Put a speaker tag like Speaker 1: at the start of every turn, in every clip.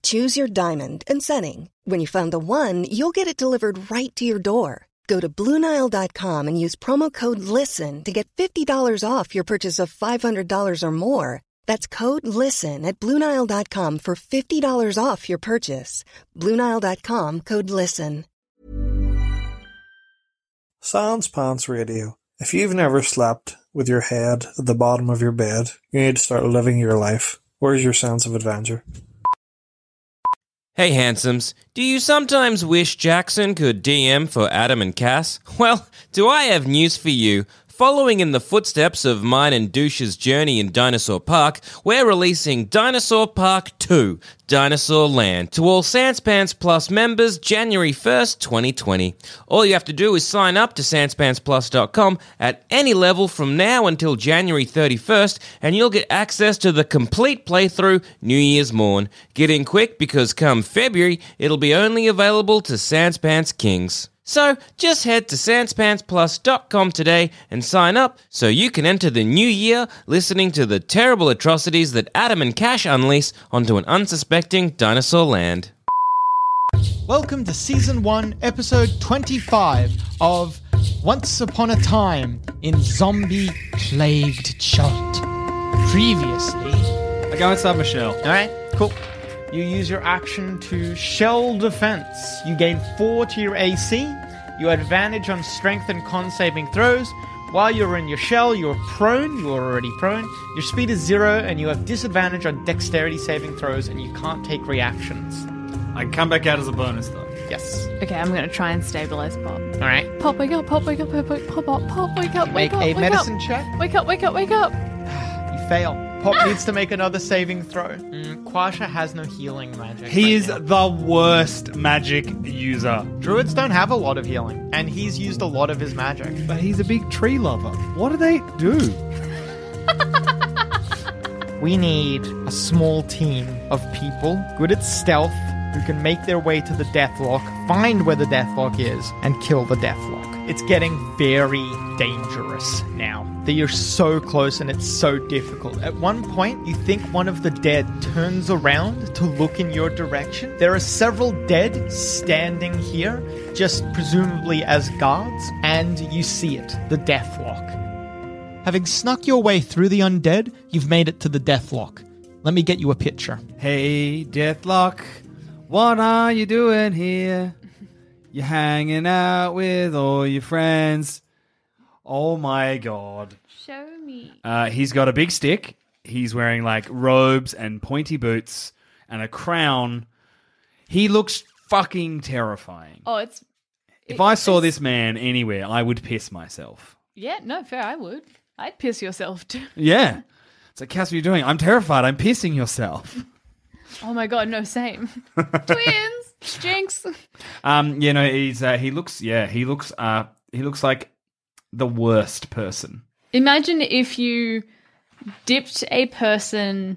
Speaker 1: Choose your diamond and setting. When you find the one, you'll get it delivered right to your door. Go to Bluenile.com and use promo code LISTEN to get $50 off your purchase of $500 or more. That's code LISTEN at Bluenile.com for $50 off your purchase. Bluenile.com code LISTEN.
Speaker 2: Sans Pants Radio. If you've never slept with your head at the bottom of your bed, you need to start living your life. Where's your sense of adventure?
Speaker 3: Hey, handsomes, do you sometimes wish Jackson could DM for Adam and Cass? Well, do I have news for you? Following in the footsteps of mine and Douche's journey in Dinosaur Park, we're releasing Dinosaur Park 2 Dinosaur Land to all Sanspants Plus members January 1st, 2020. All you have to do is sign up to sanspantsplus.com at any level from now until January 31st, and you'll get access to the complete playthrough New Year's morn. Get in quick because come February, it'll be only available to Sanspants Kings. So just head to sanspantsplus.com today and sign up so you can enter the new year listening to the terrible atrocities that Adam and Cash unleash onto an unsuspecting dinosaur land.
Speaker 4: Welcome to season one, episode 25 of Once Upon a Time in Zombie Plagued Chult. Previously.
Speaker 5: I go inside my shell.
Speaker 4: Alright, cool. You use your action to shell defense. You gain 4 to your AC. You advantage on strength and con saving throws. While you're in your shell, you're prone. You're already prone. Your speed is 0, and you have disadvantage on dexterity saving throws, and you can't take reactions.
Speaker 5: I can come back out as a bonus though.
Speaker 4: Yes.
Speaker 6: Okay, I'm gonna try and stabilize Pop.
Speaker 4: Alright.
Speaker 6: Pop, wake up, Pop, wake up, Pop, wake up, Pop, Pop, wake up,
Speaker 4: Make
Speaker 6: wake up,
Speaker 4: a
Speaker 6: wake
Speaker 4: medicine
Speaker 6: up.
Speaker 4: check.
Speaker 6: Wake up, wake up, wake up.
Speaker 4: You fail. Pop
Speaker 5: Ah!
Speaker 4: needs to make another saving throw. Mm, Quasha has no healing magic. right
Speaker 5: He is
Speaker 4: now.
Speaker 5: the worst magic user.
Speaker 4: Druids don't have a lot of healing, and he's used a lot of his magic.
Speaker 5: But he's a big tree lover. What do they do?
Speaker 4: We need a small team of people good at stealth who can make their way to the deathlock, find where the deathlock is, and kill the deathlock. It's getting very dangerous now that you're so close and it's so difficult. At one point, you think one of the dead turns around to look in your direction. There are several dead standing here, just presumably as guards, and you see it the deathlock. Having snuck your way through the undead, you've made it to the deathlock. Let me get you a picture.
Speaker 7: Hey, Deathlock, what are you doing here? You're hanging out with all your friends. Oh my god.
Speaker 6: Show me.
Speaker 7: Uh, he's got a big stick. He's wearing like robes and pointy boots and a crown. He looks fucking terrifying.
Speaker 6: Oh, it's
Speaker 7: if
Speaker 6: it-
Speaker 7: I saw
Speaker 6: it's-
Speaker 7: this man anywhere, I would piss myself.
Speaker 6: Yeah, no, fair, I would. I'd piss yourself too.
Speaker 7: Yeah. It's like, Cass, what are you doing? I'm terrified. I'm pissing yourself.
Speaker 6: Oh my god, no, same. Twins! Jinx!
Speaker 7: Um, you know, he's uh, he looks yeah, he looks uh he looks like the worst person.
Speaker 6: Imagine if you dipped a person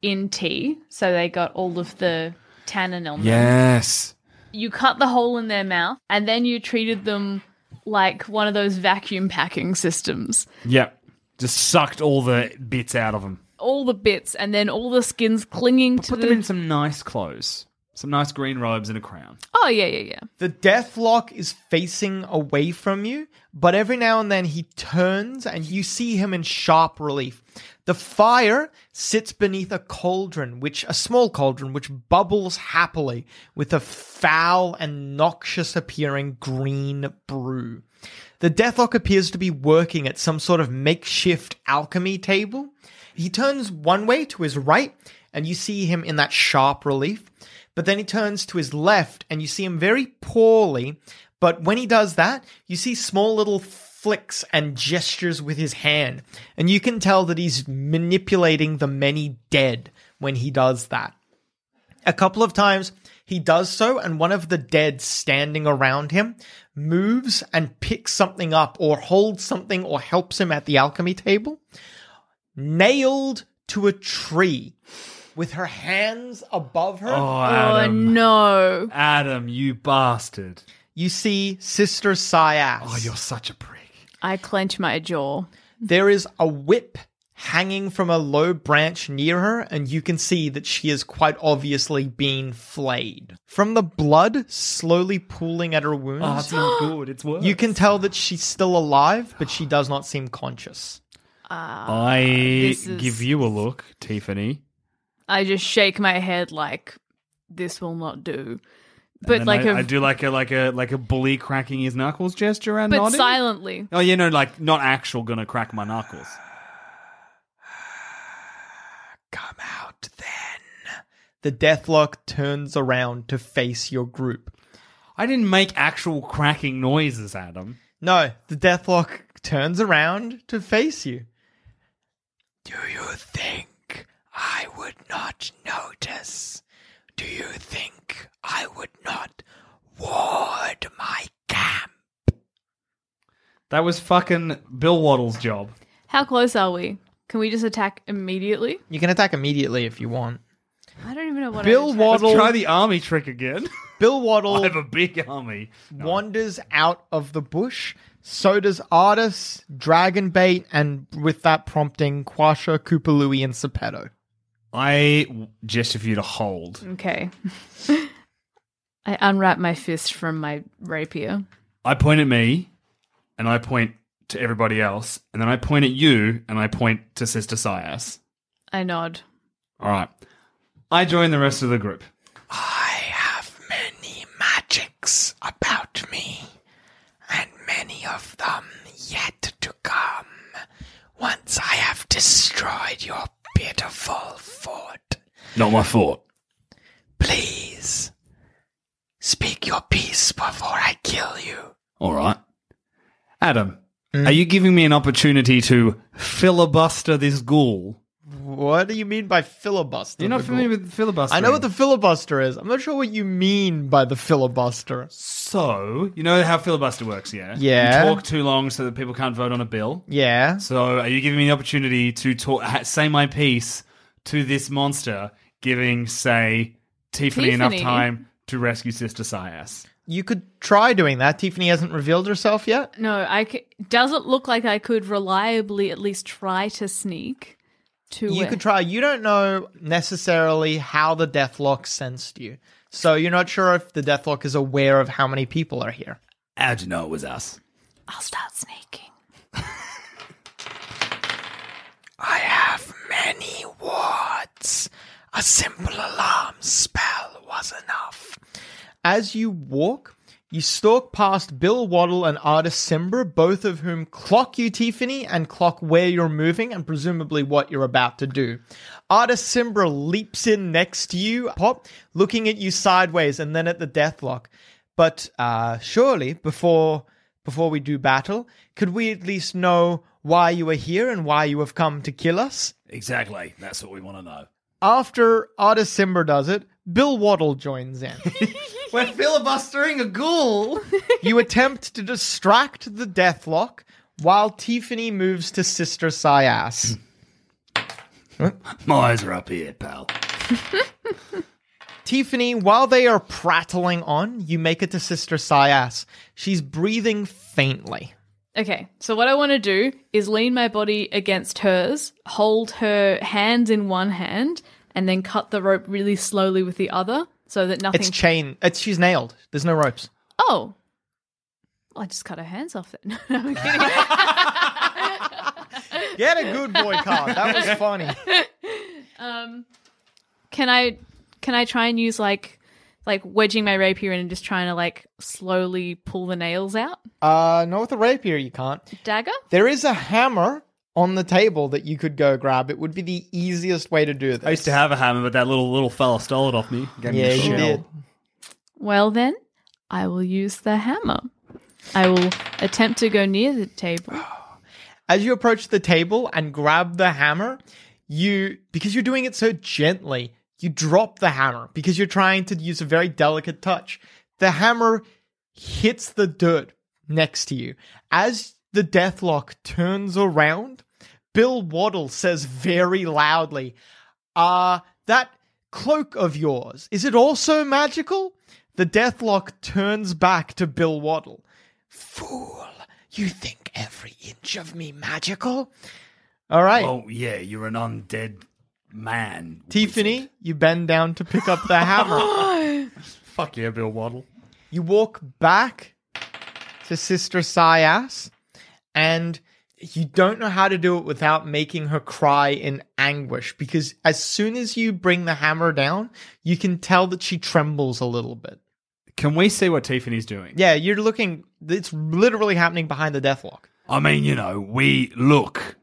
Speaker 6: in tea so they got all of the tannin on them.
Speaker 7: Yes.
Speaker 6: you cut the hole in their mouth and then you treated them like one of those vacuum packing systems
Speaker 7: Yep. Just sucked all the bits out of him.
Speaker 6: all the bits and then all the skins clinging to
Speaker 7: Put
Speaker 6: the
Speaker 4: Mm.
Speaker 7: them in some nice clothes. Some nice green robes and a crown.
Speaker 6: oh yeah yeah yeah
Speaker 4: The deathlock is facing away from you, but every now and then he turns and you see him in sharp relief. The fire sits beneath a cauldron, which a small cauldron which bubbles happily with a foul and noxious appearing green brew. The Deathlock appears to be working at some sort of makeshift alchemy table. He turns one way to his right, and you see him in that sharp relief. But then he turns to his left, and you see him very poorly. But when he does that, you see small little flicks and gestures with his hand. And you can tell that he's manipulating the many dead when he does that. A couple of times, He does so, and one of the dead standing around him moves and picks something up or holds something or helps him at the alchemy table. Nailed to a tree with her hands above her.
Speaker 5: Oh,
Speaker 6: Oh
Speaker 5: Adam.
Speaker 6: no.
Speaker 5: Adam, you bastard.
Speaker 4: You see Sister Syas.
Speaker 5: Oh, you're such a prick.
Speaker 6: I clench my jaw.
Speaker 4: There is a whip hanging from a low branch near her, and you can see that she is quite obviously being flayed. From the blood slowly pooling at her
Speaker 5: Oh,
Speaker 4: wounds,
Speaker 5: that's not good. It's worse.
Speaker 4: you can tell that she's still alive, but she does not seem conscious.
Speaker 5: I
Speaker 6: this is-
Speaker 5: give you a look, Tiffany.
Speaker 6: I just shake my head like this will not do.
Speaker 5: and
Speaker 6: But
Speaker 5: then
Speaker 6: like
Speaker 5: I,
Speaker 6: a
Speaker 5: I do like a like a like a bully cracking his knuckles gesture and
Speaker 6: but
Speaker 5: nodding.
Speaker 6: silently.
Speaker 5: Oh, you know, like not actual gonna crack my knuckles.
Speaker 4: Come out then. The Deathlock turns around to face your group.
Speaker 5: I didn't make actual cracking noises, Adam.
Speaker 4: No, the Deathlock turns around to face you. Do you think I would not notice? Do you think I would not ward my camp?
Speaker 5: That was fucking Bill Waddle's job.
Speaker 6: How close are we? Can we just attack immediately?
Speaker 4: You can attack immediately if you want.
Speaker 6: I don't even know what
Speaker 4: Bill
Speaker 6: I
Speaker 4: Waddle-
Speaker 5: Let's try the army trick again.
Speaker 4: Bill Waddle
Speaker 5: I have a big army.
Speaker 4: wanders out of the bush. So does Artis, Dragonbait, and with that prompting, Quasha, Koopaloo, and Seppetto.
Speaker 5: I gesture for you to hold.
Speaker 6: Okay. I unwrap my fist from my rapier.
Speaker 5: I point at me, and I point to everybody else, and then I point at you, and I point to Sister Sias.
Speaker 6: I nod.
Speaker 5: All right. I join the rest of the group.
Speaker 4: I have many magics about me, and many of them yet to come. Once I have destroyed your pitiful fort,
Speaker 5: Not my fault.
Speaker 4: please speak your peace before I kill you.
Speaker 5: All right. Adam,
Speaker 4: Hmm?
Speaker 5: are you giving me an opportunity to filibuster this ghoul?
Speaker 4: What do you mean by filibuster?
Speaker 5: You're not
Speaker 4: Magul?
Speaker 5: familiar with filibuster.
Speaker 4: I know what the filibuster is. I'm not sure what you mean by the filibuster.
Speaker 5: So, you know how filibuster works, yeah?
Speaker 4: Yeah.
Speaker 5: You talk too long so that people can't vote on a bill.
Speaker 4: Yeah.
Speaker 5: So, are you giving me the opportunity to talk, ha- say my piece to this monster, giving, say, Tiffany, enough
Speaker 6: Tiffany?
Speaker 5: time to rescue Sister Sias?
Speaker 4: You could try doing that. Tiffany hasn't revealed herself yet.
Speaker 6: No, I c- doesn't look like I could reliably at least try to sneak to
Speaker 4: You
Speaker 6: where-
Speaker 4: could try. You don't know necessarily how the Deathlock sensed you. So you're not sure if the Deathlock is aware of how many people are here.
Speaker 5: How'd you know it was us?
Speaker 6: I'll start sneaking.
Speaker 4: I have many wards. A simple alarm spell was enough. As you walk, you stalk past Bill Waddle and Artist Simbra, both of whom clock you, Tiffany, and clock where you're moving and presumably what you're about to do. Artist Simbra leaps in next to you, Pop, looking at you sideways and then at the Deathlock. But uh, surely, before before we do battle, could we at least know why you are here and why you have come to kill us?
Speaker 5: Exactly. That's what we want to know.
Speaker 4: After Artis Simber does it, Bill Waddle joins in.
Speaker 5: We're filibustering a ghoul.
Speaker 4: you attempt to distract the Deathlock while Tiffany moves to Sister Sias.
Speaker 5: My eyes are up here, pal.
Speaker 4: Tiffany, while they are prattling on, you make it to Sister Sias. She's breathing faintly.
Speaker 6: Okay, so what I want to do is lean my body against hers, hold her hands in one hand, and then cut the rope really slowly with the other so that nothing.
Speaker 4: It's chain. It's she's nailed. There's no ropes.
Speaker 6: oh! Well, I just cut her hands off then. No, I'm kidding.
Speaker 4: Get a good boy card. That was funny.
Speaker 6: can I can I try and use like like wedging my rapier in and just trying to like slowly pull the nails out?
Speaker 4: Uh, no, with a rapier you can't.
Speaker 6: Dagger?
Speaker 4: There is a hammer on the table that you could go grab. It would be the easiest way to do this.
Speaker 5: I used to have a hammer, but that little little fella stole it off me. Gave me
Speaker 4: Yeah,
Speaker 5: a
Speaker 4: you
Speaker 5: shell.
Speaker 4: did.
Speaker 6: Well then, I will use the hammer. I will attempt to go near the table.
Speaker 4: As you approach the table and grab the hammer, you because you're doing it so gently, You drop the hammer because you're trying to use a very delicate touch. The hammer hits the dirt next to you. As the deathlock turns around, Bill Waddle says very loudly, Ah, that cloak of yours, is it also magical? The deathlock turns back to Bill Waddle. Fool, you think every inch of me magical? All right.
Speaker 5: Oh yeah, you're an undead man.
Speaker 4: Tiffany, you bend down to pick up the hammer.
Speaker 5: Fuck yeah, Bill Waddle.
Speaker 4: you walk back to Sister Sias, and you don't know how to do it without making her cry in anguish because as soon as you bring the hammer down, you can tell that she trembles a little bit.
Speaker 7: Can we see what Tiffany's doing?
Speaker 4: Yeah, you're looking, it's literally happening behind the deathlock.
Speaker 5: I mean, you know, we look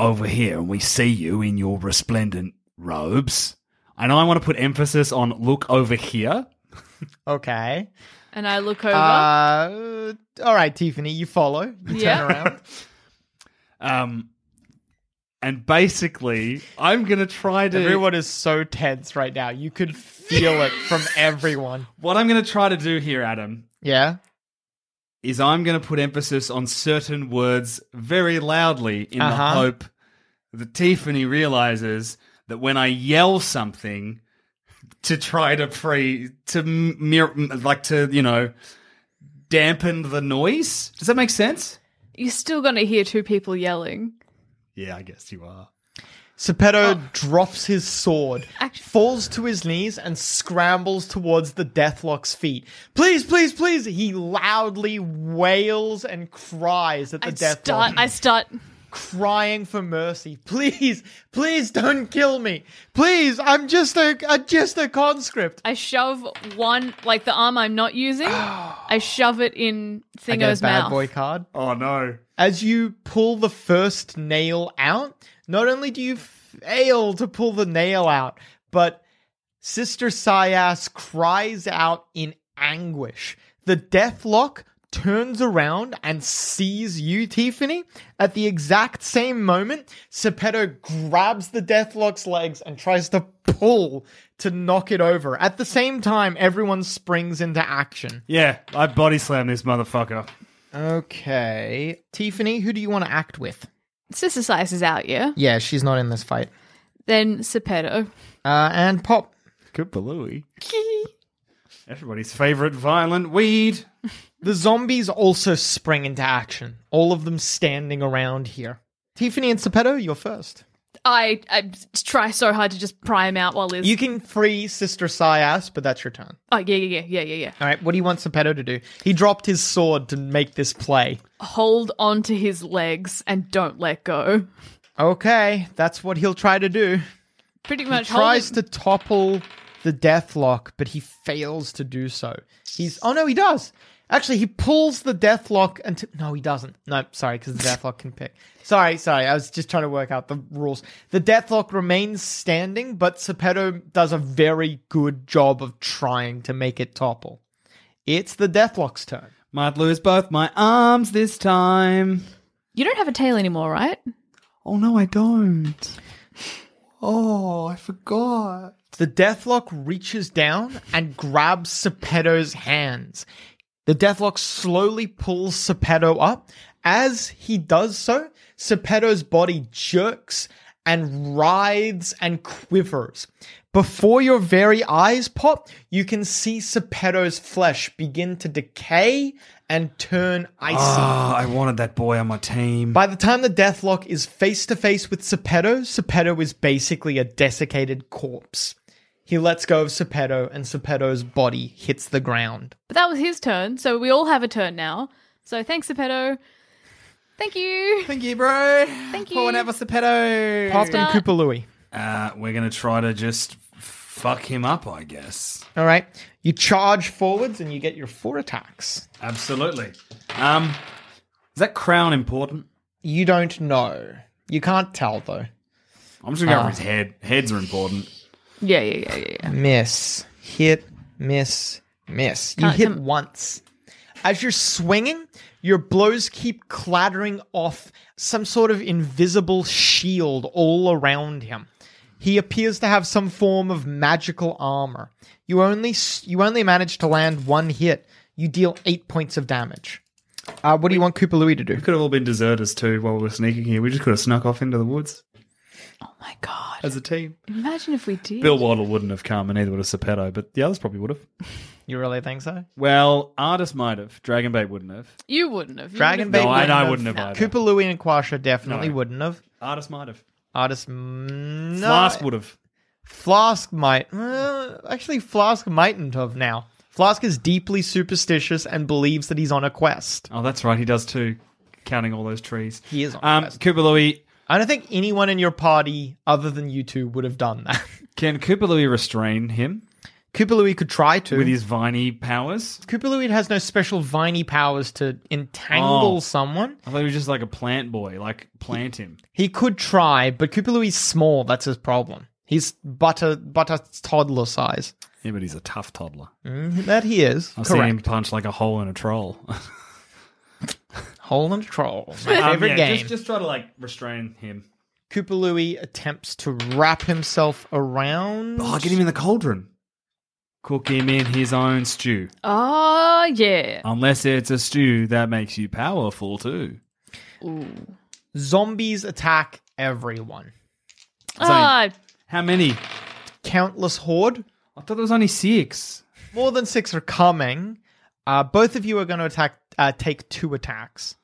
Speaker 5: over here and we see you in your resplendent robes. And I want to put emphasis on look over here.
Speaker 4: Okay.
Speaker 6: And I look over.
Speaker 4: Uh, all right, Tiffany, you follow. You
Speaker 6: Yeah.
Speaker 4: turn around.
Speaker 5: Um, and basically, I'm going to try to.
Speaker 4: Everyone is so tense right now. You could feel it from everyone.
Speaker 7: What I'm going to try to do here, Adam,
Speaker 4: Yeah.
Speaker 7: is I'm going to put emphasis on certain words very loudly in
Speaker 4: Uh-huh.
Speaker 7: the hope that Tiffany realizes that when I yell something to try to pre to mir- like to you know dampen the noise. Does that make sense?
Speaker 6: You're still going to hear two people yelling.
Speaker 5: yeah, I guess you are.
Speaker 4: Seppetto
Speaker 6: Oh.
Speaker 4: drops his sword,
Speaker 6: Actu-
Speaker 4: falls to his knees, and scrambles towards the Deathlock's feet. Please, please, please! He loudly wails and cries at the
Speaker 6: I
Speaker 4: Deathlock,
Speaker 6: start. I start.
Speaker 4: crying for mercy. Please, please don't kill me! Please, I'm just a, a just a conscript.
Speaker 6: I shove one, like the arm I'm not using. I shove it in
Speaker 4: I get
Speaker 6: Thingo's
Speaker 4: a bad
Speaker 6: mouth.
Speaker 4: boy card.
Speaker 5: Oh, no.
Speaker 4: As you pull the first nail out, not only do you fail to pull the nail out, but Sister Sias cries out in anguish. The Deathlock turns around and sees you, Tiffany. At the exact same moment, Seppetto grabs the Deathlock's legs and tries to pull to knock it over. At the same time, everyone springs into action.
Speaker 5: Yeah, I body slam this motherfucker.
Speaker 4: Okay. Tiffany, who do you want to act with?
Speaker 6: Sister Size is out, yeah?
Speaker 4: Yeah, she's not in this fight.
Speaker 6: Then Seppetto.
Speaker 4: Uh, and Pop.
Speaker 5: Good Balooey. Everybody's favorite violent weed.
Speaker 4: The zombies also spring into action, all of them standing around here. Tiffany and Seppetto, you're first.
Speaker 6: I, I try so hard to just pry him out while Liz.
Speaker 4: You can free Sister Sias, but that's your turn.
Speaker 6: oh, yeah, yeah, yeah, yeah, yeah, yeah.
Speaker 4: All right, what do you want Seppetto to do? He dropped his sword to make this play.
Speaker 6: Hold on to his legs and don't let go.
Speaker 4: Okay, that's what he'll try to do.
Speaker 6: Pretty much hold
Speaker 4: Tries
Speaker 6: him-
Speaker 4: to topple the Deathlock, but he fails to do so. He's oh no, he does. Actually, he pulls the Deathlock until no, he doesn't. No, sorry, because the Deathlock can pick. Sorry, sorry. I was just trying to work out the rules. The Deathlock remains standing, but Seppetto does a very good job of trying to make it topple. It's the Deathlock's turn.
Speaker 7: Might lose both my arms this time.
Speaker 6: You don't have a tail anymore, right?
Speaker 7: Oh no, I don't. Oh, I forgot.
Speaker 4: The Deathlock reaches down and grabs Seppetto's hands. The Deathlock slowly pulls Seppetto up. As he does so, Seppetto's body jerks and writhes and quivers. Before your very eyes pop, you can see Seppetto's flesh begin to decay and turn icy.
Speaker 5: Ah, I wanted that boy on my team.
Speaker 4: By the time the Deathlock is face to face with Seppetto, Seppetto is basically a desiccated corpse. He lets go of Seppetto, and Seppetto's body hits the ground.
Speaker 6: But that was his turn, so we all have a turn now. So thanks, Seppetto. Thank you.
Speaker 7: Thank you, bro.
Speaker 6: Thank
Speaker 7: Pour one
Speaker 6: you.
Speaker 7: out for Seppetto.
Speaker 4: Pop and
Speaker 6: Start-
Speaker 4: Koopa Louie.
Speaker 5: Uh, we're going to try to just fuck him up, I guess.
Speaker 4: All right, you charge forwards, and you get your four attacks.
Speaker 5: Absolutely. Um, is that crown important?
Speaker 4: You don't know. You can't tell though.
Speaker 5: I'm just
Speaker 4: Ah.
Speaker 5: gonna go for his head. Heads are important.
Speaker 6: Yeah, yeah, yeah, yeah, yeah.
Speaker 4: Miss, hit, miss, miss. You
Speaker 6: Can't
Speaker 4: hit
Speaker 6: com-
Speaker 4: once. As you're swinging, your blows keep clattering off some sort of invisible shield all around him. He appears to have some form of magical armor. You only s- you only manage to land one hit. You deal eight points of damage. Uh, what do you want Koopa Louie to do?
Speaker 5: We could have all been deserters too while we were sneaking here. We just could have snuck off into the woods
Speaker 6: Oh my god!
Speaker 5: as a team.
Speaker 6: Imagine if we did.
Speaker 5: Bill Waddle wouldn't have come, and neither would have Seppetto, but the others probably would have.
Speaker 4: You really think so?
Speaker 5: Well, Artist might have. Dragonbait wouldn't have.
Speaker 6: you wouldn't have. You
Speaker 4: Dragon
Speaker 6: would
Speaker 4: Bait
Speaker 5: No, I-
Speaker 4: wouldn't
Speaker 5: I
Speaker 4: have.
Speaker 5: wouldn't have either.
Speaker 4: Koopa Louie and Quasha definitely
Speaker 5: No.
Speaker 4: wouldn't have.
Speaker 5: Artist might have.
Speaker 4: Artist, mm, no.
Speaker 5: Flask would have.
Speaker 4: Flask might. uh, actually, Flask mightn't have now. Flask is deeply superstitious and believes that he's on a quest.
Speaker 5: Oh, that's right. He does too, counting all those trees.
Speaker 4: He is on a
Speaker 5: Um,
Speaker 4: quest.
Speaker 5: Koopa Louie.
Speaker 4: I don't think anyone in your party other than you two would have done that.
Speaker 5: Can Koopa Louie restrain him
Speaker 4: Koopa Louie could try to.
Speaker 5: with his viney powers?
Speaker 4: Koopa Louie has no special viney powers to entangle
Speaker 5: Oh.
Speaker 4: someone.
Speaker 5: I thought he was just like a plant boy, like plant him.
Speaker 4: He could try, but Koopa Louie's small. That's his problem. He's butter butter toddler size. Mm,
Speaker 5: Yeah, but he's a tough toddler.
Speaker 4: That he is.
Speaker 5: I've seen him
Speaker 4: Correct.
Speaker 5: punch like a hole in a troll.
Speaker 4: Hole and troll. My favorite game.
Speaker 5: Um, Just, just try to like restrain him.
Speaker 4: Koopa Louie attempts to wrap himself around.
Speaker 5: Oh, get him in the cauldron. Cook him in his own stew.
Speaker 6: Oh yeah.
Speaker 5: Unless it's a stew that makes you powerful too.
Speaker 4: Zombies attack everyone.
Speaker 6: Ah,
Speaker 5: How many?
Speaker 4: Countless horde.
Speaker 5: I thought there was only six.
Speaker 4: More than six are coming. Uh, both of you are going to attack. Uh, take two attacks,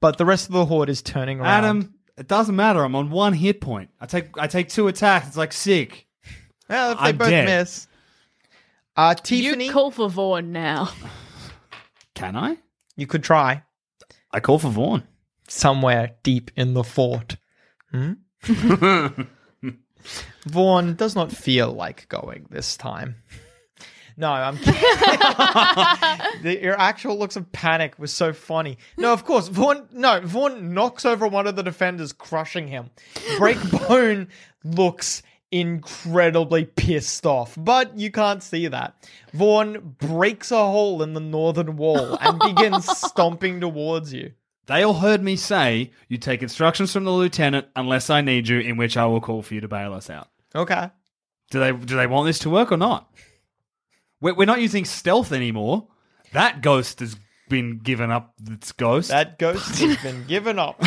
Speaker 4: but the rest of the horde is turning around.
Speaker 5: Adam, it doesn't matter. I'm on one hit point. I take I take two attacks. It's like sick.
Speaker 4: well, if they
Speaker 5: I'm
Speaker 4: both
Speaker 5: dead.
Speaker 4: miss. Uh, Tiffany,
Speaker 6: you
Speaker 4: you,
Speaker 6: call for Vaughn now.
Speaker 5: Can I?
Speaker 4: could try
Speaker 5: I call for Vaughn.
Speaker 4: somewhere deep in the fort. Hmm? Vaughn does not feel like going this time. No, I'm kidding. The- your actual looks of panic was so funny. No, of course, Vaughn. No, Vaughn knocks over one of the defenders, crushing him. Breakbone looks incredibly pissed off, but you can't see that. Vaughn breaks a hole in the northern wall and begins stomping towards you.
Speaker 5: They all heard me say, "You take instructions from the lieutenant unless I need you, in which I will call for you to bail us out."
Speaker 4: Okay.
Speaker 5: Do they do they want this to work or not? We're, we're not using stealth anymore. That ghost has been given up. Its ghost.
Speaker 4: That ghost has been given up.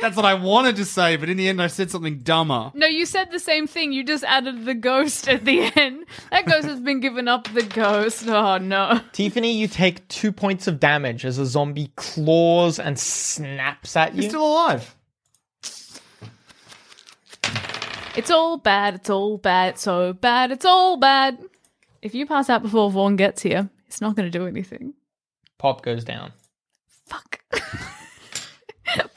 Speaker 5: That's what I wanted to say, but in the end, I said something dumber.
Speaker 6: No, you said the same thing. You just added the ghost at the end. That ghost has been given up. The ghost. Oh no.
Speaker 4: Tiffany, you take two points of damage as a zombie claws and snaps at you.
Speaker 5: He's still alive.
Speaker 6: It's all bad. It's all bad. It's so bad. It's all bad. If you pass out before Vaughn gets here, it's not going to do anything.
Speaker 4: Pop goes down.
Speaker 6: Fuck. Fuck.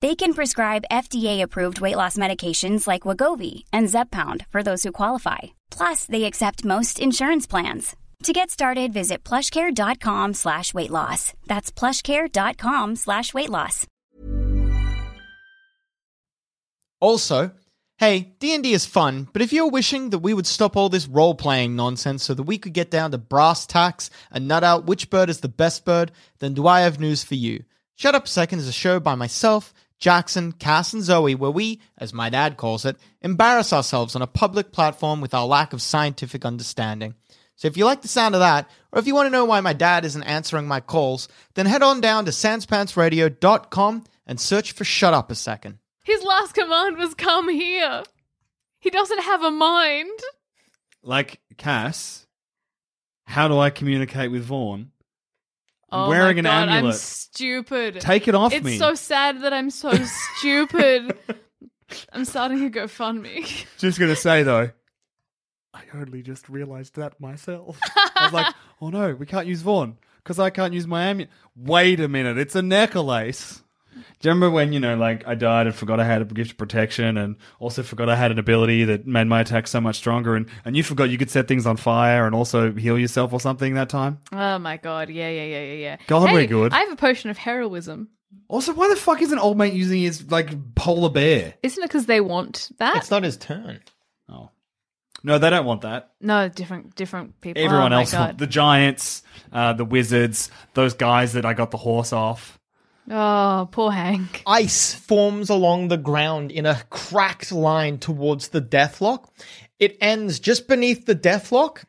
Speaker 8: They can prescribe FDA-approved weight loss medications like Wagovi and Zepbound for those who qualify. Plus, they accept most insurance plans. To get started, visit plushcare.com slash weight loss. That's plushcare.com slash weight loss.
Speaker 4: Also, hey, D&D is fun, but if you're wishing that we would stop all this role-playing nonsense so that we could get down to brass tacks and nut out which bird is the best bird, then do I have news for you. Shut Up a Second is a show by myself, Jackson, Cass, and Zoe where we, as my dad calls it, embarrass ourselves on a public platform with our lack of scientific understanding. So if you like the sound of that, or if you want to know why my dad isn't answering my calls, then head on down to sanspantsradio.com and search for Shut Up a Second.
Speaker 6: His last command was come here. He doesn't have a mind.
Speaker 5: Like Cass, how do I communicate with Vaughn? I'm
Speaker 6: Oh
Speaker 5: wearing
Speaker 6: my
Speaker 5: an
Speaker 6: God, I'm
Speaker 5: amulet.
Speaker 6: stupid.
Speaker 5: Take it off
Speaker 6: it's
Speaker 5: me.
Speaker 6: so sad that I'm so stupid. I'm starting a GoFundMe.
Speaker 5: Just gonna say though, I only just realized that myself. I was like, oh no, we can't use Vaughn because I can't use my amulet. Wait a minute, it's a necklace. Do you remember when you know, like, I died and forgot I had a gift of protection, and also forgot I had an ability that made my attack so much stronger, and and you forgot you could set things on fire and also heal yourself or something that time.
Speaker 6: oh my God. Yeah, yeah, yeah, yeah, yeah.
Speaker 5: God,
Speaker 6: hey,
Speaker 5: we're good.
Speaker 6: I have a potion of heroism.
Speaker 5: Also, why the fuck isn't old mate using his like polar bear?
Speaker 6: Isn't it because they want that?
Speaker 4: It's not his turn.
Speaker 5: Oh, no, they don't want that.
Speaker 6: no, different different people.
Speaker 5: Everyone
Speaker 6: oh my
Speaker 5: else,
Speaker 6: God.
Speaker 5: the giants, uh, the wizards, those guys that I got the horse off.
Speaker 6: Oh, poor Hank.
Speaker 4: ice forms along the ground in a cracked line towards the deathlock. It ends just beneath the deathlock,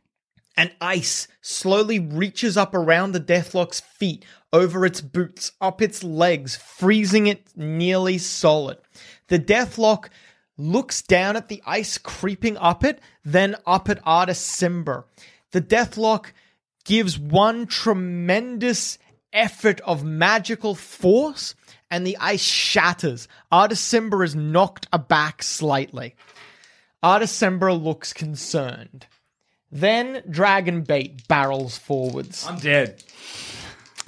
Speaker 4: and ice slowly reaches up around the deathlock's feet, over its boots, up its legs, freezing it nearly solid. The deathlock looks down at the ice creeping up it, then up at Artis Simber. The deathlock gives one tremendous effort of magical force and the ice shatters. Artisimber is knocked aback slightly. Artisimber looks concerned. Then Dragonbait barrels forwards.
Speaker 5: I'm dead.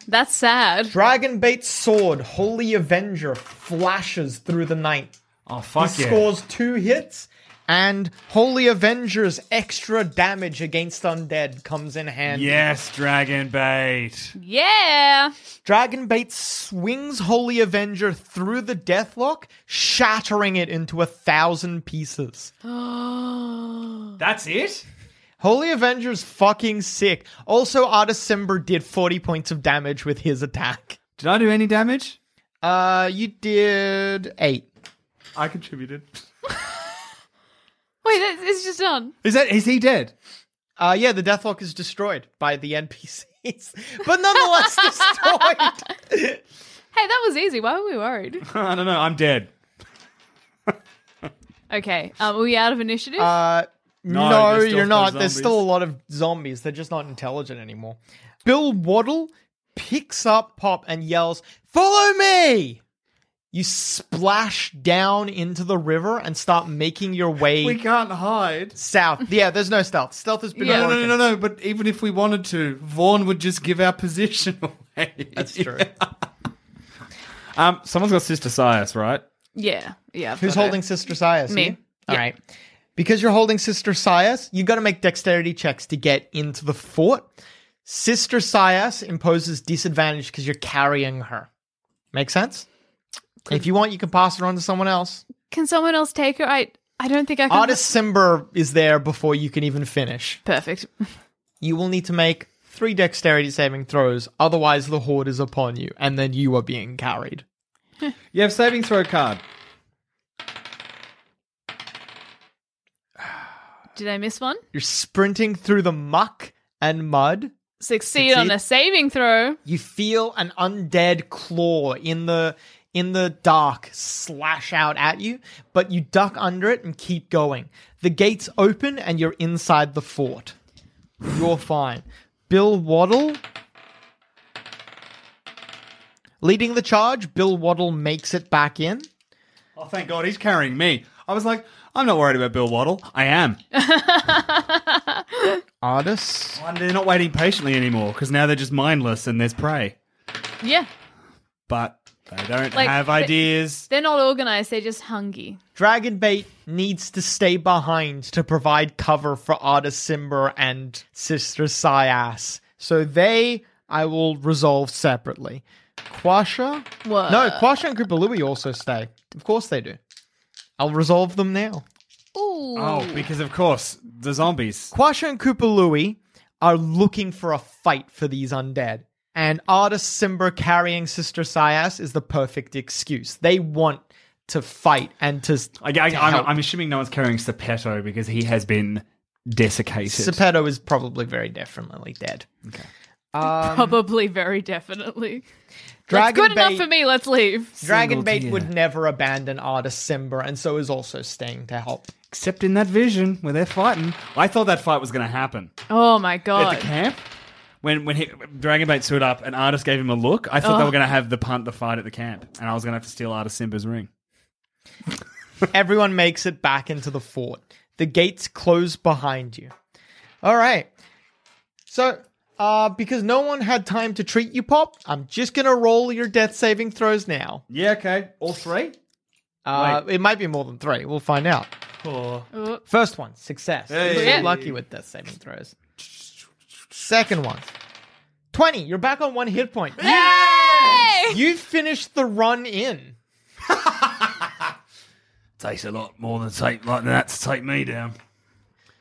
Speaker 6: That's sad.
Speaker 4: Dragonbait's sword, Holy Avenger, flashes through the night.
Speaker 5: Oh
Speaker 4: He
Speaker 5: fuck yeah!
Speaker 4: scores two hits, and Holy Avenger's extra damage against undead comes in handy.
Speaker 5: Yes, dragon bait.
Speaker 6: Yeah.
Speaker 4: Dragonbait swings Holy Avenger through the deathlock, shattering it into a thousand pieces.
Speaker 5: That's it.
Speaker 4: Holy Avenger's fucking sick. Also, Artist Simber did 40 points of damage with his attack.
Speaker 5: Did I do any damage?
Speaker 4: Uh, you did eight.
Speaker 5: I contributed.
Speaker 6: Wait, that, it's just done.
Speaker 5: Is that is he dead?
Speaker 4: Uh, yeah, the deathlock is destroyed by the NPCs, but nonetheless destroyed.
Speaker 6: Hey, that was easy. Why were we worried?
Speaker 5: I don't know. I'm dead.
Speaker 6: Okay. Um, are we out of initiative?
Speaker 4: Uh, no,
Speaker 5: there's still
Speaker 4: you're not.
Speaker 5: no
Speaker 4: There's still a
Speaker 5: zombies.
Speaker 4: lot of zombies. They're just not intelligent anymore. Bill Waddle picks up Pop and yells, Follow me! You splash down into the river and start making your way
Speaker 5: We can't hide.
Speaker 4: south. Yeah, there's no stealth. Stealth has been
Speaker 6: Yeah.
Speaker 5: No,
Speaker 4: broken.
Speaker 5: no, no, no. But even if we wanted to, Vaughn would just give our position away.
Speaker 4: That's true.
Speaker 5: Um, someone's got Sister Sias, right?
Speaker 6: yeah. Yeah. I've
Speaker 4: Who's
Speaker 6: got it.
Speaker 4: holding Sister Sias?
Speaker 6: Me.
Speaker 4: you? All right. Because you're holding Sister Sias, you got to make dexterity checks to get into the fort. Sister Sias imposes disadvantage because you're carrying her. Make sense? If you want, you can pass it on to someone else.
Speaker 6: Can someone else take her? I I don't think I can.
Speaker 4: Artist Simber is there before you can even finish.
Speaker 6: Perfect.
Speaker 4: You will need to make three dexterity saving throws, otherwise, the horde is upon you, and then you are being carried.
Speaker 5: You have saving throw card.
Speaker 6: Did I miss one?
Speaker 4: You're sprinting through the muck and mud.
Speaker 6: Succeed,
Speaker 4: Succeed.
Speaker 6: on a saving throw.
Speaker 4: You feel an undead claw in the in the dark slash out at you, but you duck under it and keep going. The gates open and you're inside the fort. You're fine. Bill Waddle leading the charge. Bill Waddle makes it back in.
Speaker 5: Oh, thank God, he's carrying me. I was like, I'm not worried about Bill Waddle. I am.
Speaker 4: Artis
Speaker 5: And they're not waiting patiently anymore because now they're just mindless and there's prey.
Speaker 6: Yeah.
Speaker 5: But they don't
Speaker 6: Like,
Speaker 5: have
Speaker 6: they-
Speaker 5: ideas.
Speaker 6: They're not organized. They're just hungry.
Speaker 4: Dragonbait needs to stay behind to provide cover for Arda Simber and Sister Sias. So they I will resolve separately. Quasha?
Speaker 6: What?
Speaker 4: No, Quasha and Koopa also stay. Of course they do. I'll resolve them now.
Speaker 6: Ooh.
Speaker 5: oh, because of course, the zombies.
Speaker 4: Quasha and Koopa Louie are looking for a fight for these undead. And artist Simba carrying Sister Sias is the perfect excuse. They want to fight and to.
Speaker 5: I,
Speaker 4: to
Speaker 5: am
Speaker 4: help.
Speaker 5: assuming no one's carrying Seppetto because he has been desiccated.
Speaker 4: Seppetto is probably very definitely dead.
Speaker 5: um,
Speaker 4: Um,
Speaker 6: Probably very definitely. That's
Speaker 4: Dragon
Speaker 6: good enough
Speaker 4: Bait-
Speaker 6: for me. Let's leave.
Speaker 4: Dragon
Speaker 5: Singled,
Speaker 4: Bait
Speaker 5: yeah.
Speaker 4: would never abandon artist Simba and so is also staying to help.
Speaker 5: Except in that vision where they're fighting. I thought that fight was going to happen
Speaker 6: Oh my
Speaker 5: at
Speaker 6: god.
Speaker 5: the camp. When when he, Dragonbait suited up, an artist gave him a look. I
Speaker 6: Oh.
Speaker 5: thought they were going to have the punt, the fight at the camp, and I was going to have to steal Artist Simba's ring.
Speaker 4: Everyone makes it back into the fort. The gates close behind you. All right. So, uh, because no one had time to treat you, Pop, I'm just going to roll your death saving throws now.
Speaker 5: Yeah, okay. All three?
Speaker 4: Uh, it might be more than three. We'll find out. First one, success. You're
Speaker 6: Yeah.
Speaker 4: lucky with death saving throws. Second one, 20. You're back on one hit point. You- You finished the run in.
Speaker 5: Takes a lot more than take like that to take me down.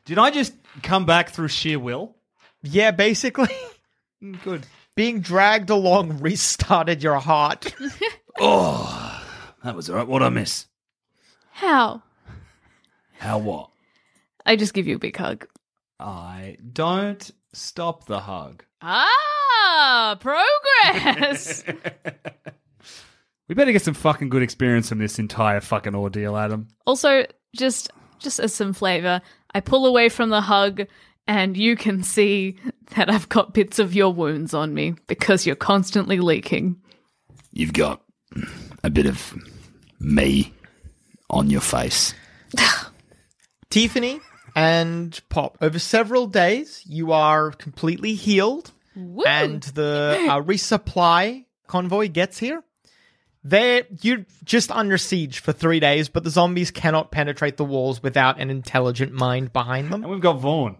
Speaker 5: Did I just come back through sheer will?
Speaker 4: Yeah, basically.
Speaker 5: Good.
Speaker 4: Being dragged along restarted your heart.
Speaker 5: Oh, That was all right. What I miss?
Speaker 6: How?
Speaker 5: How what?
Speaker 6: I just give you a big hug.
Speaker 5: I don't stop the hug.
Speaker 6: Ah, progress.
Speaker 5: We better get some fucking good experience from this entire fucking ordeal, Adam.
Speaker 6: also, just just as some flavor, I pull away from the hug and you can see that I've got bits of your wounds on me because you're constantly leaking.
Speaker 7: You've got a bit of me on your face.
Speaker 4: Tiffany and Pop, over several days, you are completely healed,
Speaker 6: Woo.
Speaker 4: and the uh, resupply convoy gets here. They're, you're just under siege for three days, but the zombies cannot penetrate the walls without an intelligent mind behind them.
Speaker 5: And we've got Vaughn,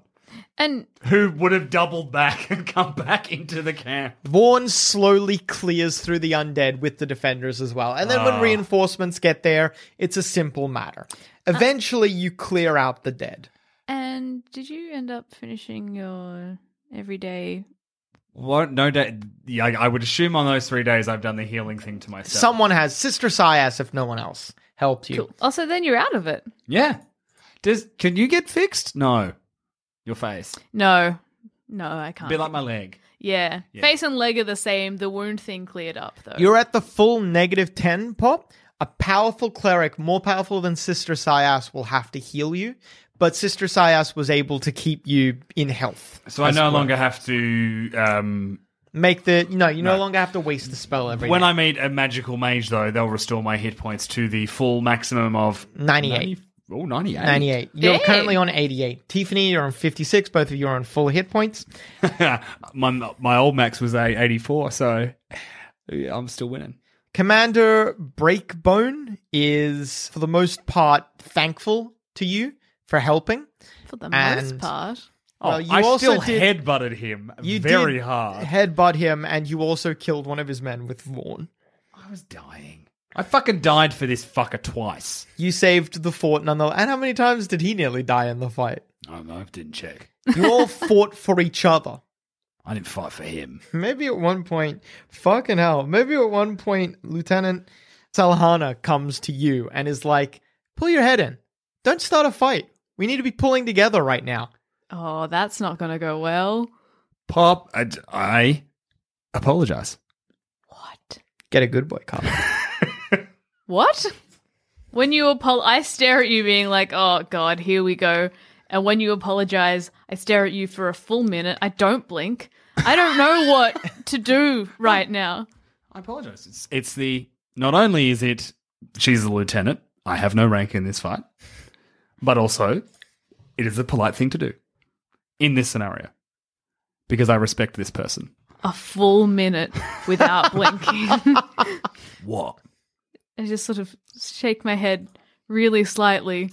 Speaker 6: and
Speaker 5: who would have doubled back and come back into the camp.
Speaker 4: Vaughn slowly clears through the undead with the defenders as well. And then
Speaker 5: Ah.
Speaker 4: when reinforcements get there, it's a simple matter. Eventually, you clear out the dead.
Speaker 6: and did you end up finishing your everyday
Speaker 5: What? No doubt. Yeah, I I would assume on those three days I've done the healing thing to myself.
Speaker 4: Someone has Sister Sias if no one else helped you.
Speaker 6: Cool. Also, then you're out of it.
Speaker 5: Yeah. Does can you get fixed? No. Your face.
Speaker 6: No, no, I can't.
Speaker 5: Be like my leg.
Speaker 6: yeah. face and leg are the same. The wound thing cleared up though.
Speaker 4: You're at the full negative 10 pop. A powerful cleric, more powerful than Sister Sias, will have to heal you, but Sister Sias was able to keep you in health.
Speaker 5: So I no longer have to. Um,
Speaker 4: Make the no, you no, longer have to waste the spell every
Speaker 5: when
Speaker 4: day.
Speaker 5: I meet a magical mage, though, they'll restore my hit points to the full maximum of
Speaker 4: 98.
Speaker 5: Oh, 98.
Speaker 4: 98. You're
Speaker 6: Dang.
Speaker 4: currently on 88. Tiffany, you're on 56. Both of you are on full hit points.
Speaker 5: my my old max was a 84, so yeah, I'm still winning.
Speaker 4: Commander Breakbone is, for the most part, thankful to you for helping.
Speaker 6: for the
Speaker 4: and-
Speaker 6: most part.
Speaker 5: Oh,
Speaker 4: Well, you
Speaker 5: I
Speaker 4: also
Speaker 5: still
Speaker 4: did-
Speaker 5: headbutted him
Speaker 4: You
Speaker 5: very
Speaker 4: did
Speaker 5: hard.
Speaker 4: Headbutt him, and you also killed one of his men with Vaughn.
Speaker 5: I was dying. I fucking died for this fucker twice.
Speaker 4: You saved the fort nonetheless. And how many times did he nearly die in the fight?
Speaker 7: I didn't check.
Speaker 4: You all fought for each other.
Speaker 7: I didn't fight for him.
Speaker 4: Maybe at one point, fucking hell, maybe at one point, Lieutenant Salhana comes to you and is like, pull your head in. Don't start a fight. We need to be pulling together right now.
Speaker 6: Oh, that's not going to go well.
Speaker 5: Pop, I, I apologize.
Speaker 6: What?
Speaker 4: Get a good boy cop.
Speaker 6: What? When you apol, I stare at you, being like, "Oh God, here we go." And when you apologize, I stare at you for a full minute. I don't blink. I don't know what to do right now.
Speaker 5: I apologize. It's, it's the not only is it she's the lieutenant. I have no rank in this fight, but also it is a polite thing to do in this scenario because I respect this person.
Speaker 6: A full minute without blinking.
Speaker 5: What?
Speaker 6: I just sort of shake my head really slightly.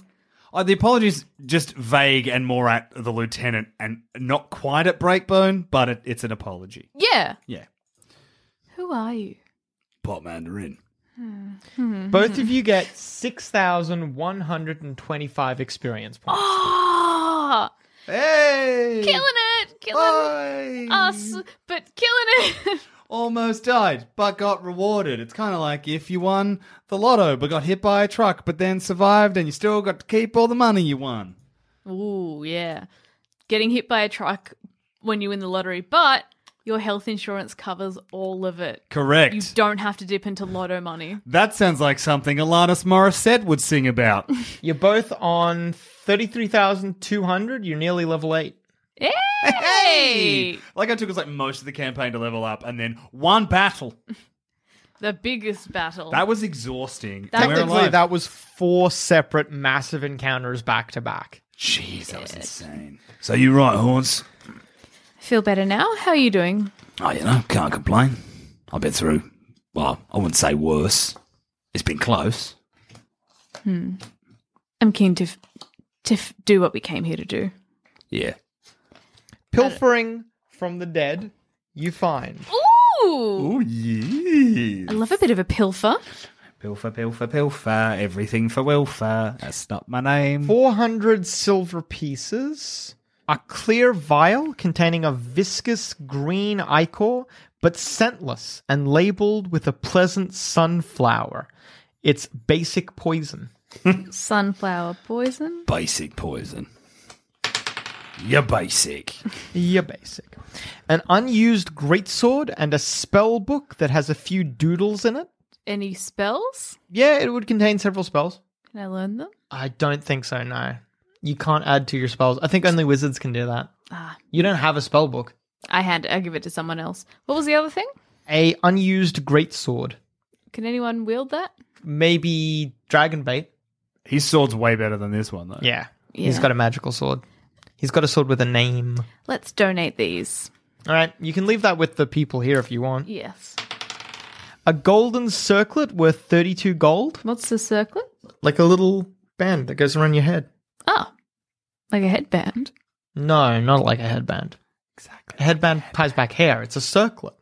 Speaker 7: Oh,
Speaker 5: Are the apologies just vague and more at the lieutenant and not quite at Breakbone, but it, it's an apology.
Speaker 6: Yeah.
Speaker 5: Yeah.
Speaker 6: Who are you? Hmm.
Speaker 7: Pot Mandarin.
Speaker 4: Both of you get 6,125 experience points.
Speaker 6: Ah,
Speaker 5: Hey!
Speaker 6: killing it, Killing us, but killing it.
Speaker 7: Almost died, but got rewarded. It's kind of like if you won the lotto, but got hit by a truck, but then survived, and you still got to keep all the money you won.
Speaker 6: Ooh, yeah. Getting hit by a truck when you win the lottery, but your health insurance covers all of it.
Speaker 7: Correct.
Speaker 6: You don't have to dip into lotto money.
Speaker 7: That sounds like something Alanis Morissette would sing about.
Speaker 4: You're both on 33,200. You're nearly level 8.
Speaker 6: Hey!
Speaker 7: like I took us like most of the campaign to level up, and then one battle.
Speaker 6: The biggest battle.
Speaker 7: That was exhausting.
Speaker 6: That-
Speaker 7: And we're
Speaker 4: Technically,
Speaker 7: alive.
Speaker 4: that was four separate massive encounters back to back.
Speaker 7: Jeez, that was insane. So you're right, Horns.
Speaker 6: Feel better now? How are you doing?
Speaker 7: Oh, you know, can't complain. I've been through, well, I wouldn't say worse. It's been close.
Speaker 6: Hmm. I'm keen to f- to f- do what we came here to do.
Speaker 7: Yeah.
Speaker 4: Pilfering from the dead, you find
Speaker 6: Ooh!
Speaker 7: Oh, yeah.
Speaker 6: I love a bit of a pilfer.
Speaker 7: Pilfer, pilfer, pilfer, everything for welfare. That's not my name.
Speaker 4: 400 silver pieces, a clear vial containing a viscous green ichor, but scentless and labeled with a pleasant sunflower. It's basic poison.
Speaker 6: Sunflower poison.
Speaker 7: basic poison. You're basic.
Speaker 4: Yeah, basic. An unused greatsword and a spell book that has a few doodles in it.
Speaker 6: Any spells?
Speaker 4: Yeah, it would contain several spells.
Speaker 6: Can I learn them?
Speaker 4: I don't think so, no. You can't add to your spells. I think only wizards can do that.
Speaker 6: Ah.
Speaker 4: You don't have a spell book.
Speaker 6: I hand it. I give it to someone else. What was the other thing?
Speaker 4: A unused greatsword.
Speaker 6: Can anyone wield that?
Speaker 4: Maybe dragonbait.
Speaker 5: His sword's way better than this one, though.
Speaker 4: Yeah. He's
Speaker 6: Yeah.
Speaker 4: got a magical sword. He's got a sword with a name.
Speaker 6: Let's donate these.
Speaker 4: All right, you can leave that with the people here if you want.
Speaker 6: Yes.
Speaker 4: A golden circlet worth 32 gold,
Speaker 6: What's the circlet?
Speaker 4: like a little band that goes around your head.
Speaker 6: Ah, like a headband.
Speaker 4: No, not like a headband. Exactly. A headband ties back hair. It's a circlet.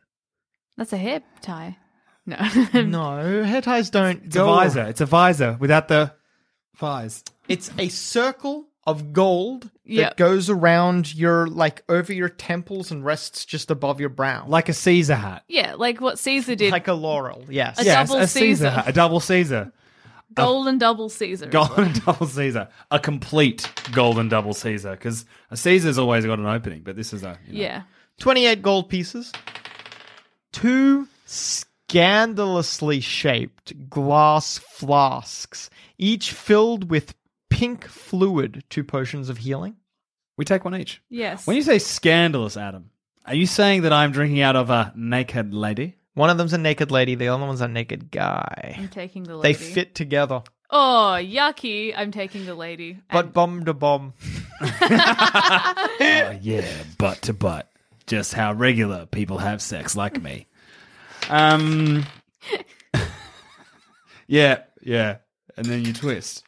Speaker 6: That's a hair tie. No.
Speaker 4: no, hair ties don't
Speaker 5: It's a
Speaker 4: go.
Speaker 5: visor. It's a visor without the vise.
Speaker 4: It's a circle of gold
Speaker 6: Yeah.
Speaker 4: that goes around your like over your temples and rests just above your brow,
Speaker 5: Like a Caesar hat.
Speaker 6: yeah, like what Caesar did.
Speaker 4: like a laurel. Yes.
Speaker 6: A double
Speaker 5: a
Speaker 6: Caesar.
Speaker 5: hat. A double Caesar.
Speaker 6: golden double Caesar.
Speaker 5: Golden double Caesar. A complete golden double Caesar. Because a Caesar's always got an opening, but this is a. you know.
Speaker 6: Yeah.
Speaker 4: 28 gold pieces, two scandalously shaped glass flasks, each filled with pink fluid, two potions of healing.
Speaker 5: We take one each.
Speaker 6: Yes.
Speaker 5: When you say scandalous, Adam, are you saying that I'm drinking out of a naked lady?
Speaker 4: One of them's a naked lady, the other one's a naked guy.
Speaker 6: I'm taking the
Speaker 4: They
Speaker 6: lady.
Speaker 4: fit together,
Speaker 6: Oh, yucky. I'm taking the lady.
Speaker 4: but
Speaker 6: And-
Speaker 4: bomb to bomb.
Speaker 5: Oh, yeah, butt to butt. Just how regular people have sex, like me. Um. yeah, yeah. And then you twist.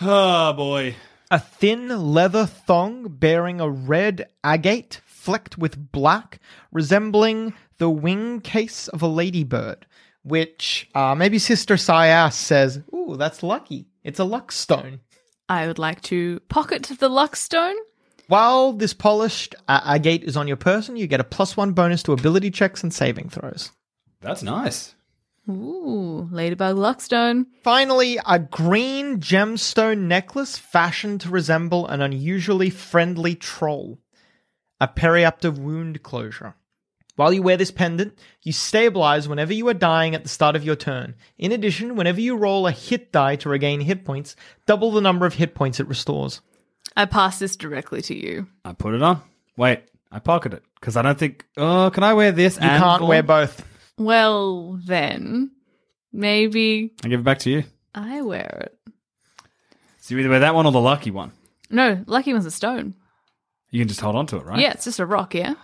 Speaker 5: oh, boy.
Speaker 4: A thin leather thong bearing a red agate flecked with black, resembling the wing case of a ladybird, which uh, maybe Sister Sias says, Ooh, that's lucky. It's a luck stone.
Speaker 6: I would like to pocket the luck stone.
Speaker 4: While this polished uh, agate is on your person, you get a plus one bonus to ability checks and saving throws.
Speaker 5: That's nice.
Speaker 6: Ooh, ladybug luck stone.
Speaker 4: Finally, a green gemstone necklace fashioned to resemble an unusually friendly troll. A periapta wound closure. While you wear this pendant, you stabilize whenever you are dying at the start of your turn. In addition, whenever you roll a hit die to regain hit points, double the number of hit points it restores.
Speaker 6: I pass this directly to you.
Speaker 5: I put it on. Wait, I pocket it because I don't think. Oh, can I wear this?
Speaker 4: You can't wear both.
Speaker 6: Well, then, maybe
Speaker 5: I give it back to you.
Speaker 6: I wear it.
Speaker 5: So you either wear that one or the lucky one.
Speaker 6: No, lucky one's a stone.
Speaker 5: You can just hold on to it, right?
Speaker 6: Yeah, it's just a rock, yeah?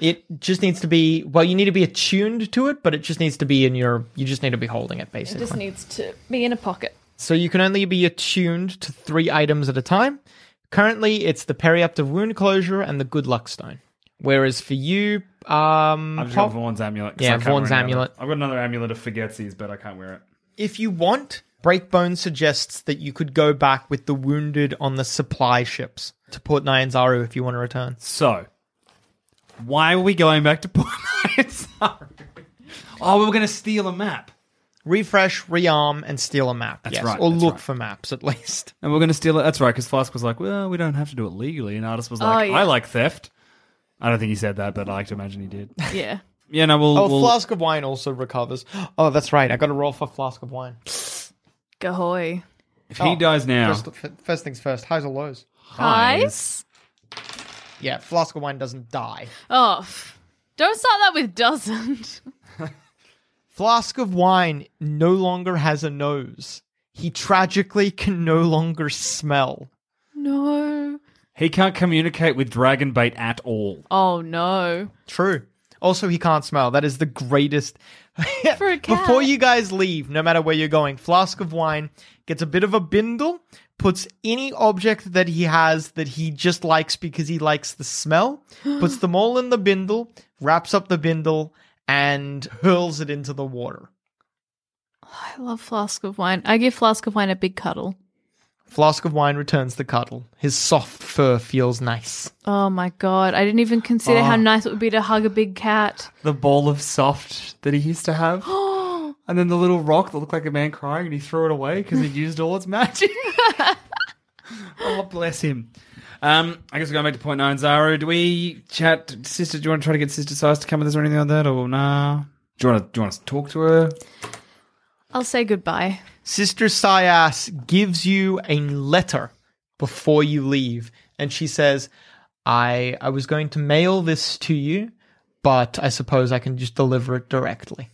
Speaker 4: It just needs to be, well, you need to be attuned to it, but it just needs to be in your, you just need to be holding it basically.
Speaker 6: needs to be in a pocket.
Speaker 4: So you can only be attuned to three items at a time. Currently, it's the periapta wound closure and the good luck stone. Whereas for you, um,
Speaker 5: I've just
Speaker 4: Pop,
Speaker 5: got Vaughn's amulet. 'cause
Speaker 4: Yeah,
Speaker 5: I can't
Speaker 4: Vaughn's
Speaker 5: wear another-
Speaker 4: amulet.
Speaker 5: I've got another amulet of forgets these, but I can't wear it.
Speaker 4: if you want, Breakbone suggests that you could go back with the wounded on the supply ships. to Port Nyanzaru if you want to return.
Speaker 5: So, why are we going back to Port Nyanzaru? Oh, we were going to steal a map.
Speaker 4: Refresh, rearm, and steal a map. yes,
Speaker 5: right,
Speaker 4: or
Speaker 5: that's
Speaker 4: look
Speaker 5: right.
Speaker 4: for maps at least.
Speaker 5: And we're going to steal it. That's right, because Flask was like, well, we don't have to do it legally. And Artist was like,
Speaker 6: yeah.
Speaker 5: I like theft. I don't think he said that, but I like to imagine he did.
Speaker 6: Yeah.
Speaker 5: Yeah, no, we'll.
Speaker 4: Oh,
Speaker 5: we'll-
Speaker 4: flask of wine also recovers. Oh, that's right. I got to roll for flask of wine. Oh,
Speaker 6: Gahoy.
Speaker 5: if he dies now,
Speaker 4: First, f- first things first. Highs or lows?
Speaker 6: Highs?
Speaker 4: Yeah, flask of wine doesn't die.
Speaker 6: Oh, f- don't start that with doesn't.
Speaker 4: Flask of wine no longer has a nose. He tragically can no longer smell.
Speaker 6: No.
Speaker 5: he can't communicate with Dragonbait at all.
Speaker 6: Oh, no.
Speaker 4: True. Also, he can't smell. That is the greatest.
Speaker 6: For a cat.
Speaker 4: Before you guys leave, no matter where you're going, flask of wine gets a bit of a bindle, puts any object that he has that he just likes because he likes the smell, puts them all in the bindle, wraps up the bindle, and hurls it into the water.
Speaker 6: I love flask of wine. I give flask of wine a big cuddle.
Speaker 4: Flask of wine returns the cuddle. His soft fur feels nice.
Speaker 6: Oh my god, I didn't even consider how nice it would be to hug a big cat.
Speaker 5: The ball of soft that he used to have. and then the little rock that looked like a man crying and he threw it away because he'd used all its magic. oh, bless him. Um, I guess we're going back to point nine, Zaru. Do we chat? Sister, do you want to try to get Sister Size to come with us or anything like that? Or nah? Do you want to, do you want us to talk to her?
Speaker 6: I'll say goodbye.
Speaker 4: Sister Sias gives you a letter before you leave, and she says, I, I was going to mail this to you, but I suppose I can just deliver it directly.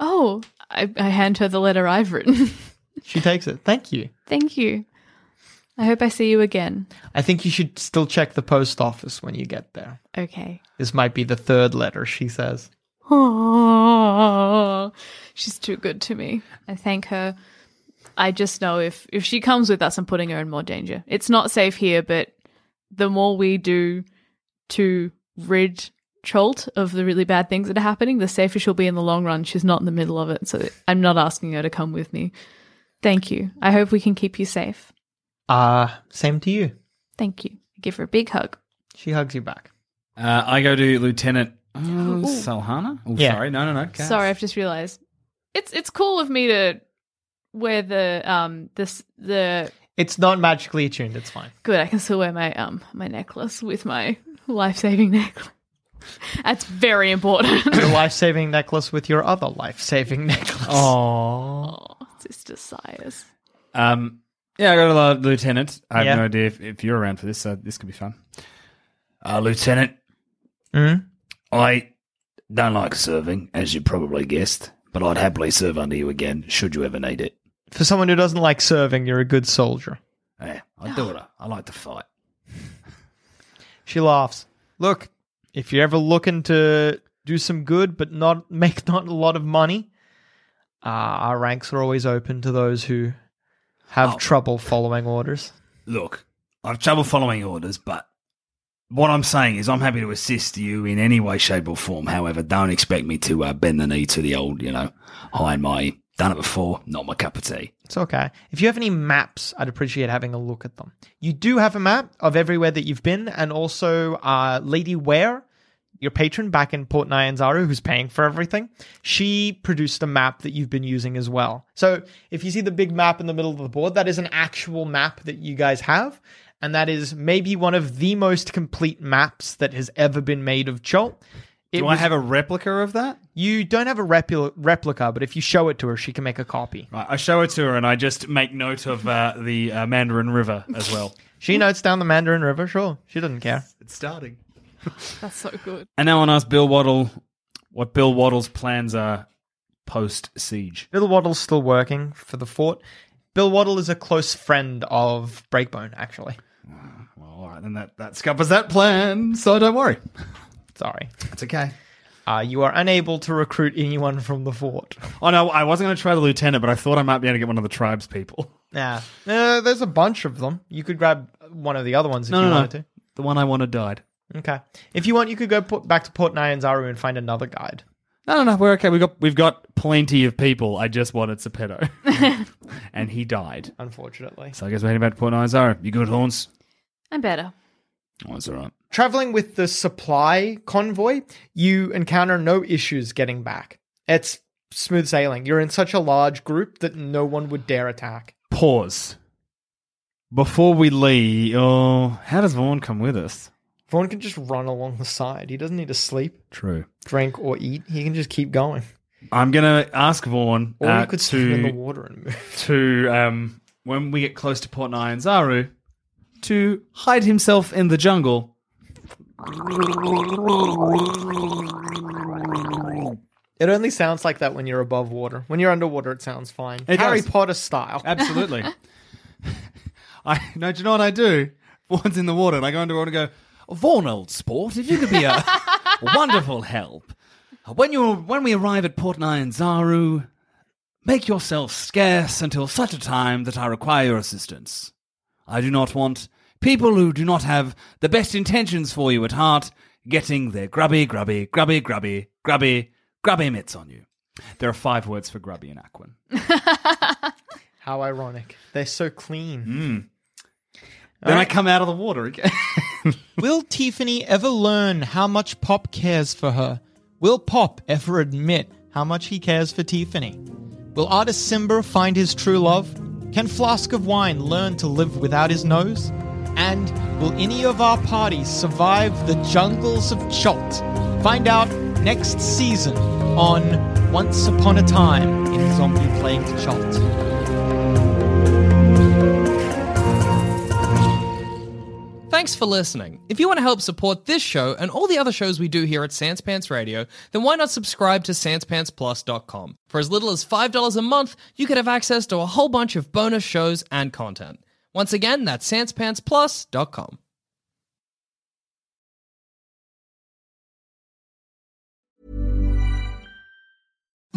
Speaker 6: Oh, I, I hand her the letter I've written.
Speaker 4: She takes it. Thank you.
Speaker 6: Thank you. I hope I see you again.
Speaker 4: I think you should still check the post office when you get there.
Speaker 6: Okay.
Speaker 4: This might be the third letter, she says.
Speaker 6: Oh, she's too good to me. I thank her. I just know if if she comes with us, I'm putting her in more danger. It's not safe here, but the more we do to rid Cholt of the really bad things that are happening, the safer she'll be in the long run. She's not in the middle of it, so I'm not asking her to come with me. Thank you. I hope we can keep you safe.
Speaker 4: Ah, same to you.
Speaker 6: Thank you. Give her a big hug.
Speaker 4: She hugs you back.
Speaker 5: Uh, I go to Lieutenant oh,
Speaker 7: Um,
Speaker 5: Solhana. Oh,
Speaker 4: Yeah.
Speaker 5: sorry. No, no, no. Cass.
Speaker 6: Sorry, I've just realised. It's it's cool of me to wear the um this the
Speaker 4: It's not magically attuned. It's fine.
Speaker 6: Good, I can still wear my um my necklace with my life saving necklace. That's very important.
Speaker 4: Your life saving necklace with your other life saving necklace.
Speaker 5: Aww.
Speaker 6: oh, Sister Sires.
Speaker 5: Um, yeah, I got a lieutenant. I have
Speaker 4: Yeah.
Speaker 5: no idea if, if you're around for this, so this could be fun. Uh, lieutenant,
Speaker 4: Mm?
Speaker 7: I don't like serving, as you probably guessed, but I'd happily serve under you again should you ever need it.
Speaker 4: For someone who doesn't like serving, you're a good soldier.
Speaker 7: Yeah, I do it. I like to fight.
Speaker 4: She laughs. Look, if you're ever looking to do some good but not make not a lot of money, uh, our ranks are always open to those who have trouble following orders.
Speaker 7: Look, I've trouble following orders, but what I'm saying is I'm happy to assist you in any way, shape, or form. However, don't expect me to uh, bend the knee to the old, you know, high and mighty. Done it before, not my cup of tea.
Speaker 4: It's okay. If you have any maps, I'd appreciate having a look at them. You do have a map of everywhere that you've been, and also uh, Lady Ware, your patron back in Port Nyanzaru, who's paying for everything. She produced a map that you've been using as well. So if you see the big map in the middle of the board, that is an actual map that you guys have. And that is maybe one of the most complete maps that has ever been made of Cholt. It
Speaker 5: do
Speaker 4: was-
Speaker 5: I have a replica of that?
Speaker 4: you don't have a repli- replica, but if you show it to her, she can make a copy.
Speaker 5: Right, I show it to her, and I just make note of uh, the uh, Mandarin River as well.
Speaker 4: She notes down the Mandarin River. Sure, she doesn't care.
Speaker 5: it's starting.
Speaker 6: That's so good.
Speaker 5: And now I'll ask Bill Waddle what Bill Waddle's plans are post siege.
Speaker 4: Bill Waddle's still working for the fort. Bill Waddle is a close friend of Breakbone, actually.
Speaker 5: Well, all right, then that that scuppers that plan. So don't worry,
Speaker 4: Sorry.
Speaker 5: it's okay.
Speaker 4: Uh, you are unable to recruit anyone from the fort.
Speaker 5: Oh no, I wasn't going to try the lieutenant, but I thought I might be able to get one of the tribes people.
Speaker 4: Yeah. Uh, there's a bunch of them. You could grab one of the other ones if
Speaker 5: No,
Speaker 4: you
Speaker 5: no, no.
Speaker 4: wanted
Speaker 5: The one I wanted died.
Speaker 4: to. Okay. If you want, you could go put, back to Port Nyanzaru and find another guide.
Speaker 5: No, no, no. We're okay. We've got we've got plenty of people. I just wanted Sepedo, and he died.
Speaker 4: Unfortunately.
Speaker 5: So I guess we're heading back to Port Nizar. You good, Horns?
Speaker 6: I'm better.
Speaker 5: Oh, it's all right.
Speaker 4: Traveling with the supply convoy, you encounter no issues getting back. It's smooth sailing. You're in such a large group that no one would dare attack.
Speaker 5: Pause. Before we leave, oh, how does Vaughn come with us?
Speaker 4: Vaughn can just run along the side. He doesn't need to sleep,
Speaker 5: True.
Speaker 4: drink, or eat. He can just keep going.
Speaker 5: I'm gonna ask Vaughn
Speaker 4: Or
Speaker 5: uh,
Speaker 4: you could swim in the
Speaker 5: to
Speaker 4: water and move.
Speaker 5: to um when we get close to Port Nyanzaru to hide himself in the jungle.
Speaker 4: It only sounds like that when you're above water. When you're underwater, it sounds fine.
Speaker 5: It
Speaker 4: Harry
Speaker 5: does.
Speaker 4: Potter style.
Speaker 5: Absolutely. I no, do you know what I do? Vaughn's in the water, and I go underwater and go, Vaughn, old sport, if you could be a wonderful help when you when we arrive at Port Nyanzaru, make yourself scarce until such a time that I require your assistance. I do not want people who do not have the best intentions for you at heart getting their grubby, grubby, grubby, grubby, grubby, grubby mitts on you. There are five words for grubby in Aquan.
Speaker 4: How ironic. They're so clean.
Speaker 5: Hmm. Then I come out of the water again.
Speaker 9: Will Tiffany ever learn how much Pop cares for her? Will Pop ever admit how much he cares for Tiffany? Will artist Simba find his true love? Can Flask of Wine learn to live without his nose? And will any of our parties survive the jungles of Chult? Find out next season on Once Upon a Time in Zombie Plague Chult.
Speaker 10: Thanks for listening. If you want to help support this show and all the other shows we do here at Sans Pants Radio, then why not subscribe to SansPantsPlus.com? For as little as $5 a month, you could have access to a whole bunch of bonus shows and content. Once again, that's SansPantsPlus.com.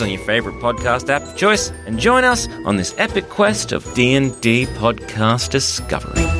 Speaker 11: on your favorite podcast app of choice and join us on this epic quest of D&D podcast discovery.